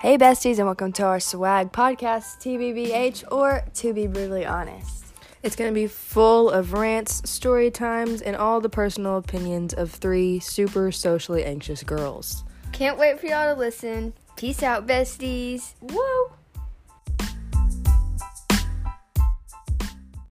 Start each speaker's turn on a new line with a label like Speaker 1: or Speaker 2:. Speaker 1: Hey, besties, and welcome to our swag podcast, TBBH, or To Be Brutally Honest. It's going to be full of rants, story times, and all the personal opinions of three super socially anxious girls.
Speaker 2: Can't wait for y'all to listen. Peace out, besties. Woo!